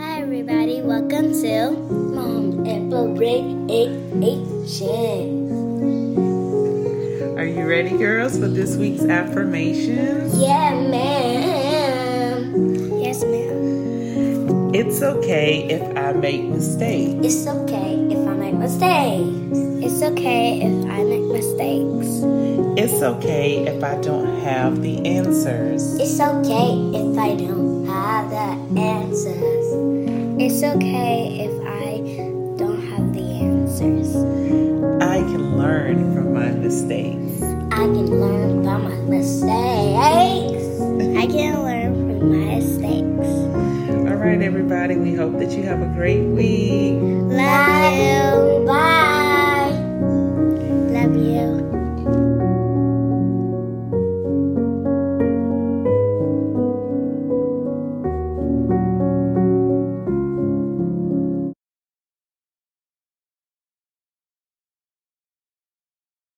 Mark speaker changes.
Speaker 1: Hi, everybody. Welcome to
Speaker 2: Mom and Bo break eight eight chin.
Speaker 3: Are you ready, girls, for this week's affirmations?
Speaker 2: Yeah, ma'am.
Speaker 1: Yes, ma'am.
Speaker 3: It's okay if I make mistakes.
Speaker 2: It's okay if I make mistakes.
Speaker 1: It's okay if I make mistakes.
Speaker 3: It's okay if I don't have the answers.
Speaker 2: It's okay if I don't have the answers.
Speaker 1: It's okay if I don't have the answers.
Speaker 3: I can learn from my mistakes.
Speaker 2: I can learn from my mistakes.
Speaker 1: I can learn from my mistakes.
Speaker 3: All right, everybody, we hope that you have a great week.
Speaker 1: Love you.
Speaker 2: Bye.